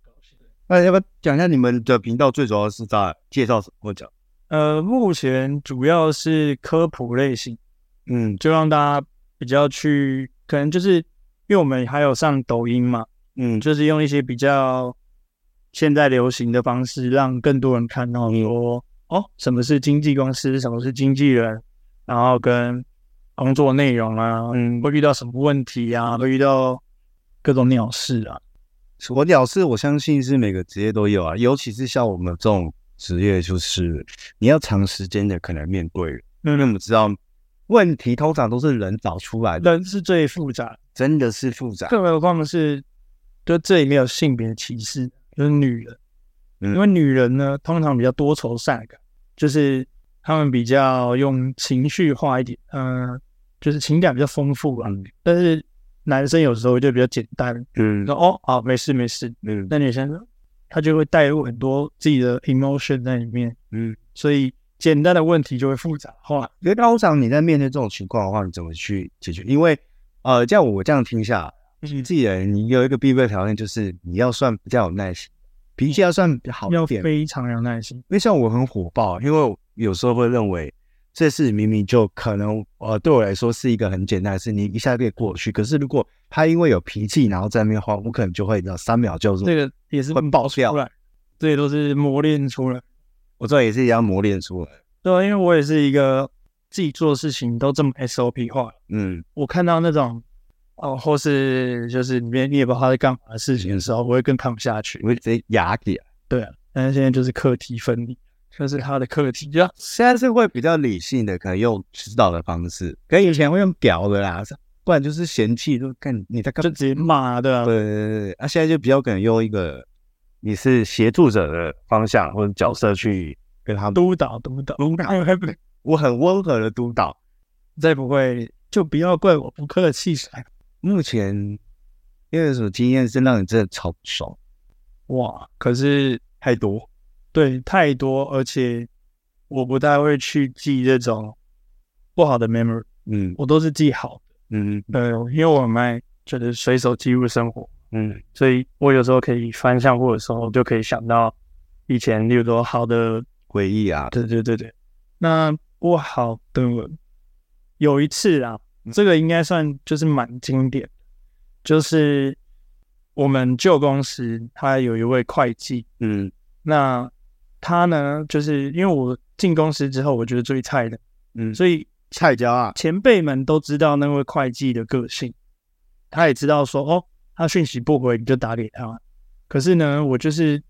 A: 那要不要讲一下你们的频道最主要是在介绍什么？我讲，
B: 呃，目前主要是科普类型，
A: 嗯
B: 就让大家比较去，可能就是因为我们还有上抖音嘛，
A: 嗯，
B: 就是用一些比较现在流行的方式，让更多人看到
A: 嗯
B: 说，哦，什么是经纪公司，什么是经纪人，然后跟工作内容啊，
A: 嗯
B: 会遇到什么问题啊，会遇到各种鸟事啊，
A: 我屌丝，我相信是每个职业都有啊，尤其是像我们这种职业，就是你要长时间的可能面对，
B: 嗯
A: 那我们知道问题通常都是人找出来的，
B: 人是最复杂的，
A: 真的是复杂。
B: 更何况是，就这里面有性别歧视，就是女人，
A: 嗯
B: 因为女人呢通常比较多愁善感，就是她们比较用情绪化一点，嗯、就是情感比较丰富啊。
A: 嗯
B: 但是男生有时候就比较简单，
A: 嗯
B: 说哦好没事没事，
A: 嗯
B: 那女生她就会带入很多自己的 emotion 在里面，
A: 嗯，
B: 所以简单的问题就会复杂化。
A: 因为通常你在面对这种情况的话，你怎么去解决？因为呃，这样我这样听下来，
B: 嗯
A: 自己人你有一个必备条件，就是你要算比较有耐心，脾气要算比较好
B: 要
A: 一点，
B: 非常有耐心，
A: 因为像我很火爆，因为我有时候会认为这事明明就可能呃对我来说是一个很简单的事，你一下就可以过去。可是如果他因为有脾气，然后在那边慌，我可能就会你知道三秒就
B: 这
A: 是。
B: 个也是
A: 嗯会爆
B: 出
A: 掉
B: 来，这也都是磨练出来。
A: 我这也是要磨练出来。
B: 对啊，因为我也是一个自己做事情都这么 SOP 化。
A: 嗯
B: 我看到那种哦，或是就是你也你也不知道他在干嘛的事情的时候，我会更看不下去
A: 我。会直接压起来。
B: 对啊，但是现在就是课题分离，就是他的课题，就
A: 现在是会比较理性的，可能用指导的方式，可以前会用表的啦，不然就是嫌弃，就看你在干
B: 就
A: 嘛。
B: 直接骂，对啊，
A: 对对对对，啊，现在就比较可能用一个你是协助者的方向或者角色去跟他们
B: 督导督导，哎
A: 我很温和的督导。
B: 再不会就不要怪我不客气噻。
A: 目前因为有什么经验是让你真的超不爽，
B: 哇，可是
A: 太多。
B: 对太多，而且我不太会去记这种不好的 memory，
A: 嗯
B: 我都是记好的。
A: 嗯
B: 对，呃因为我很爱就是随手记录生活，
A: 嗯
B: 所以我有时候可以翻相簿的时候，就可以想到以前，例如说好的，
A: 回忆啊，
B: 对对对对，那不好的有一次啊，这个应该算就是蛮经典的，就是我们旧公司他有一位会计，
A: 嗯
B: 那他呢，就是因为我进公司之后，我觉得最菜的，
A: 嗯，
B: 所以
A: 菜椒啊，
B: 前辈们都知道那位会计的个性，他也知道说哦，他讯息不回你就打给他。可是呢，我就是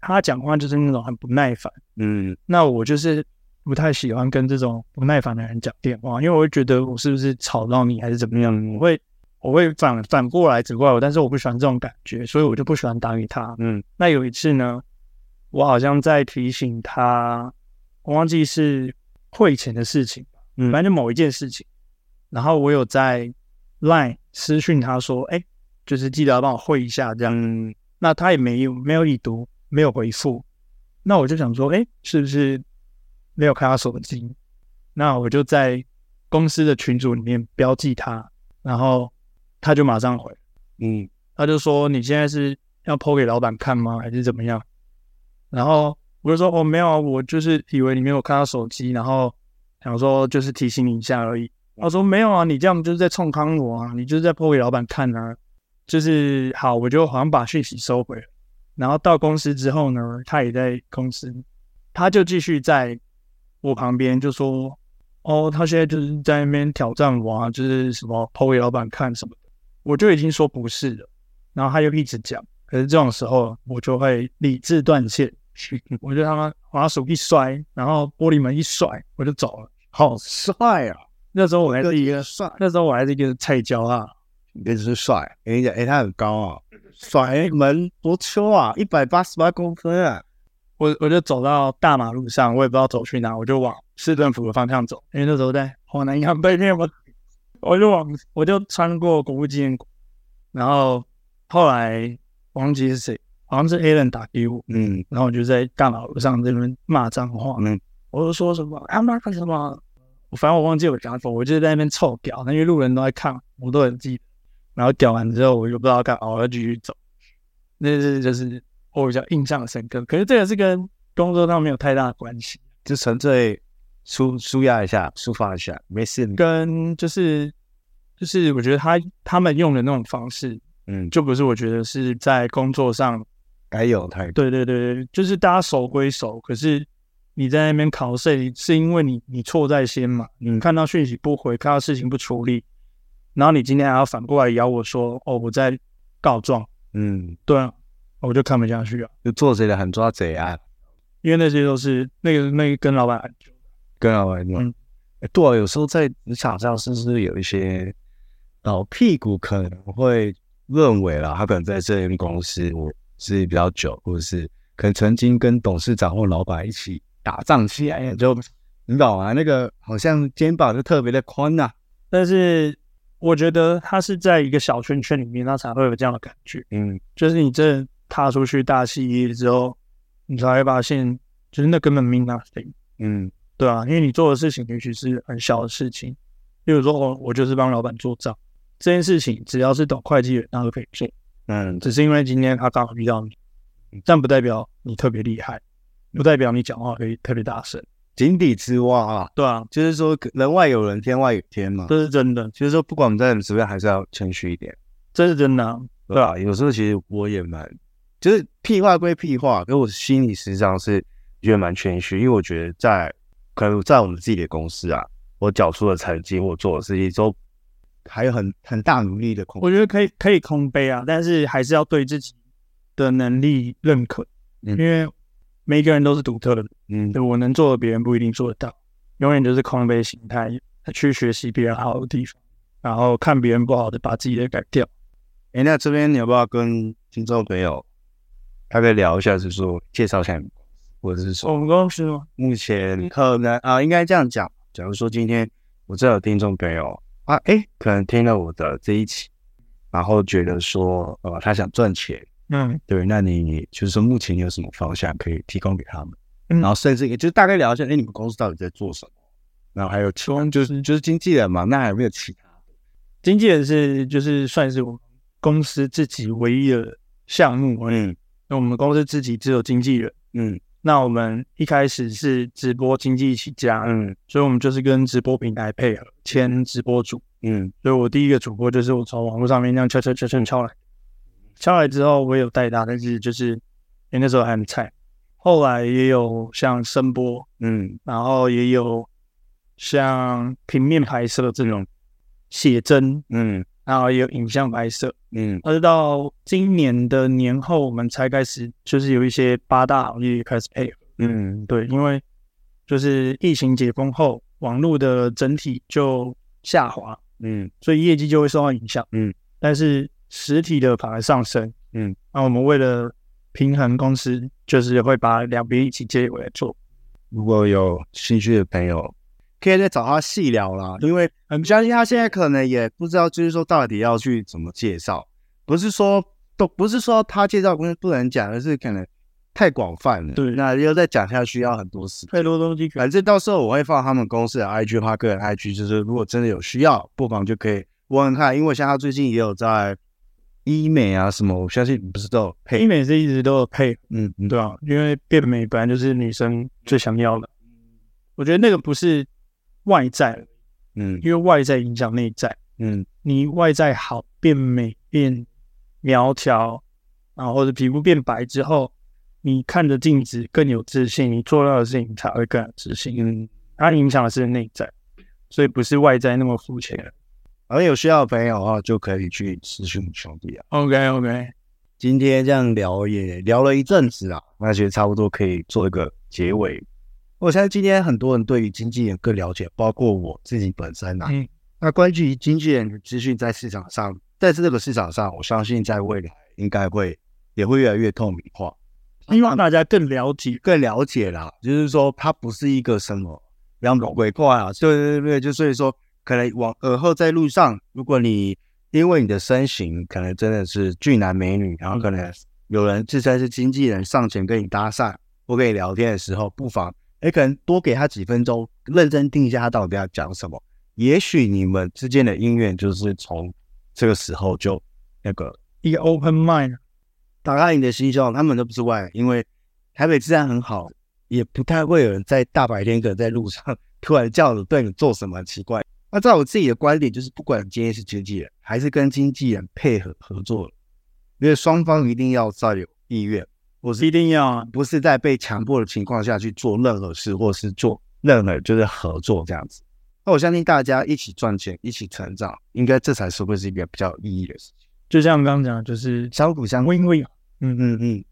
B: 他讲话就是那种很不耐烦，
A: 嗯
B: 那我就是不太喜欢跟这种不耐烦的人讲电话，因为我会觉得我是不是吵到你还是怎么样，
A: 嗯
B: 我会我会反反过来责怪我，但是我不喜欢这种感觉，所以我就不喜欢打给他。
A: 嗯
B: 那有一次呢，我好像在提醒他，我忘记是汇钱的事情吧，
A: 嗯
B: 反正就某一件事情。然后我有在 Line 私讯他说，哎、就是记得要帮我汇一下这样。
A: 嗯
B: 那他也没有没有已读，没有回复。那我就想说，哎、是不是没有看他手机？那我就在公司的群组里面标记他，然后他就马上回。
A: 嗯
B: 他就说你现在是要剖给老板看吗，还是怎么样？然后我就说哦没有啊，我就是以为你没有看到手机，然后想说就是提醒你一下而已。他说没有啊，你这样就是在冲康我啊，你就是在剖给老板看啊。就是好，我就好像把讯息收回了。然后到公司之后呢，他也在公司，他就继续在我旁边就说哦，他现在就是在那边挑战我啊，就是什么剖给老板看什么的。我就已经说不是了。然后他就一直讲，可是这种时候我就会理智 断线，我就他妈把手一摔，然后玻璃门一甩，我就走了。
A: 好帅啊！
B: 那时候我还是一个，
A: 帅，
B: 那时候我还是一个菜椒啊，
A: 真是帅。跟你讲，哎、他很高啊，甩门多秋啊，一百八十八公分啊。
B: 我我就走到大马路上，我也不知道走去哪，我就往市政府的方向走，因为那时候在华南银行背面嘛， 我就往我就穿过国父纪念馆，然后后来忘记是谁，好像是 Alan 打给我，
A: 嗯，
B: 然后我就在大马路上这边骂脏话，
A: 嗯
B: 我就说什么他妈干什么，我反正我忘记我讲什么，我就在那边臭屌，那因为路人都在看，我都很记得。然后屌完之后，我就不知道干嘛，我就继续走。那是就是我比较印象深刻，可是这个是跟工作上没有太大的关系，
A: 就纯粹舒舒压一下，抒发一下，没事。
B: 跟就是就是我觉得他他们用的那种方式，
A: 嗯，
B: 就不是我觉得是在工作上
A: 该有态度。
B: 对对对对，就是大家守归守，可是你在那边考试，是因为你你错在先嘛，
A: 嗯
B: 你看到讯息不回，看到事情不处理，然后你今天还要反过来咬我说，哦，我在告状，
A: 嗯，
B: 对啊，我就看不下去啊，
A: 就做贼的很抓贼啊，
B: 因为那些都是那个那个跟老板很久，
A: 跟老板讲
B: 嗯。
A: 哎对啊，有时候在职场上是不是有一些老屁股可能会认为啦，他可能在这间公司我是比较久，或者是可能曾经跟董事长或老板一起打仗起来，就你懂啊，那个好像肩膀就特别的宽呐、
B: 但是我觉得他是在一个小圈圈里面，他才会有这样的感觉，
A: 嗯，
B: 就是你真的踏出去大企业之后，你才会发现，就是那根本 mean nothing。
A: 嗯
B: 对啊，因为你做的事情也许是很小的事情，例如说，我我就是帮老板做账这件事情，只要是懂会计的，他都可以做，
A: 嗯，
B: 只是因为今天他刚好遇到你，但不代表你特别厉害，不代表你讲话可以特别大声，
A: 井底之蛙啊，
B: 对啊，
A: 就是说人外有人，天外有天嘛。
B: 这是真的，
A: 就是说，不管我们在什么职位，还是要谦虚一点，
B: 这是真的啊、
A: 对吧？有时候其实我也蛮，就是屁话归屁话，可我心里实际上是觉得蛮谦虚，因为我觉得在可能在我们自己的公司啊，我缴出的成绩，我做的事情都还有很很大努力的空间。
B: 我觉得可以可以空杯啊，但是还是要对自己的能力认可，
A: 嗯
B: 因为每一个人都是独特的，
A: 嗯
B: 对我能做的别人不一定做得到，永远就是空杯心态去学习别人好的地方，然后看别人不好的把自己的改掉。
A: 哎、那这边你要不要跟听众朋友大概聊一下，就是说介绍一下你们公司，或者是说
B: 我们公司吗？
A: 目
B: 嗯
A: 前可能啊、应该这样讲。假如说今天我这有听众朋友啊，哎，可能听了我的这一期，然后觉得说，呃，他想赚钱，
B: 嗯，
A: 对，那你就是说目前有什么方向可以提供给他们？
B: 嗯
A: 然后甚至也就是大概聊一下，哎，你们公司到底在做什么？然后还有其他，
B: 公司
A: 就是就是经纪人嘛，那有没有其他？
B: 经纪人是就是算是我们公司自己唯一的项目而已。
A: 嗯
B: 那我们公司自己只有经纪人。
A: 嗯
B: 那我们一开始是直播经济起家，
A: 嗯
B: 所以我们就是跟直播平台配合签直播主。
A: 嗯
B: 所以我第一个主播就是我从网络上面那样敲敲敲敲敲来，敲来之后我也有带他，但是就是因为那时候还很菜，后来也有像声波，
A: 嗯
B: 然后也有像平面拍摄这种写真，
A: 嗯
B: 然后也有影像拍摄，
A: 嗯
B: 而到今年的年后我们才开始就是有一些八大行业开始配合，
A: 嗯
B: 对，因为就是疫情解封后，网络的整体就下滑，
A: 嗯
B: 所以业绩就会受到影响。
A: 嗯，
B: 但是实体的反而上升。
A: 嗯，
B: 那我们为了平衡公司，就是会把两边一起接回来
A: 嗯
B: 做。
A: 如果有兴趣的朋友，可以再找他细聊啦，因为很相信他现在可能也不知道，就是说到底要去怎么介绍，不是说都不是说他介绍公司不能讲，而是可能太广泛了。
B: 对
A: 那又再讲下去要很多时间。
B: 太多东西可
A: 反正到时候我会放他们公司的 IG，他个人 IG，就是如果真的有需要，不妨就可以问问看，因为像他最近也有在医美啊什么，我相信你不是都有
B: 医
A: 配，
B: 美是一直都有配，
A: 嗯嗯
B: 对啊，因为变美本来就是女生最想要的。我觉得那个不是外在，
A: 嗯
B: 因为外在影响内在。
A: 嗯
B: 你外在好变美变苗条，然后或者皮肤变白之后，你看着镜子更有自信，你做到的事情才会更有自信。
A: 嗯。
B: 它影响的是内在，所以不是外在那么肤浅。
A: 而有需要的朋友的话，就可以去咨询兄弟啊。
B: OK OK，
A: 今啊天这样聊也聊了一阵子啦，那其实差不多可以做一个结尾。我相信今天很多人对于经纪人更了解，包括我自己本身啊。
B: 嗯
A: 那关于经纪人资讯在市场上，在这个市场上，我相信在未来应该会也会越来越透明化，
B: 希望大家更了解。
A: 更了解啦。就是说，它不是一个什么两种鬼怪啊，对对对对，就所以说，可能往而后在路上，如果你因为你的身形，可能真的是俊男美女，然后可能有人自称是经纪人上前跟你搭讪或跟你聊天的时候，不妨哎，可能多给他几分钟，认真听一下他到底要讲什么。也许你们之间的姻缘就是从这个时候就那个
B: 一个 open mind，
A: 打开你的心胸，他们都不是外人，因为台北治安很好，也不太会有人在大白天可能在路上突然叫你对你做什么很奇怪。那在我自己的观点，就是不管你今天是经纪人还是跟经纪人配合合作，因为双方一定要再有意愿，
B: 我是一定要啊
A: 不是在被强迫的情况下去做任何事，或是做任何就是合作这样子。那我相信大家一起赚钱，一起成长，应该这才是会是一个比较有意义的事情，
B: 就像刚刚讲的，就是
A: 相辅相成。
B: win win
A: 嗯嗯嗯。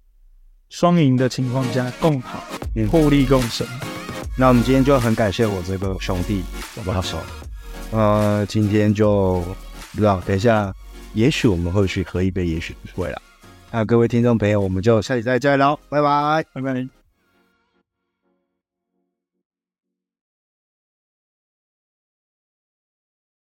B: 双赢的情况下共好
A: 嗯，
B: 互利共生。
A: 那我们今天就很感谢我这个兄弟，我不好说。呃，今天就不知道，等一下，也许我们会去喝一杯，也许不会了。那各位听众朋友，我们就下期再见喽，拜拜。
B: 拜拜。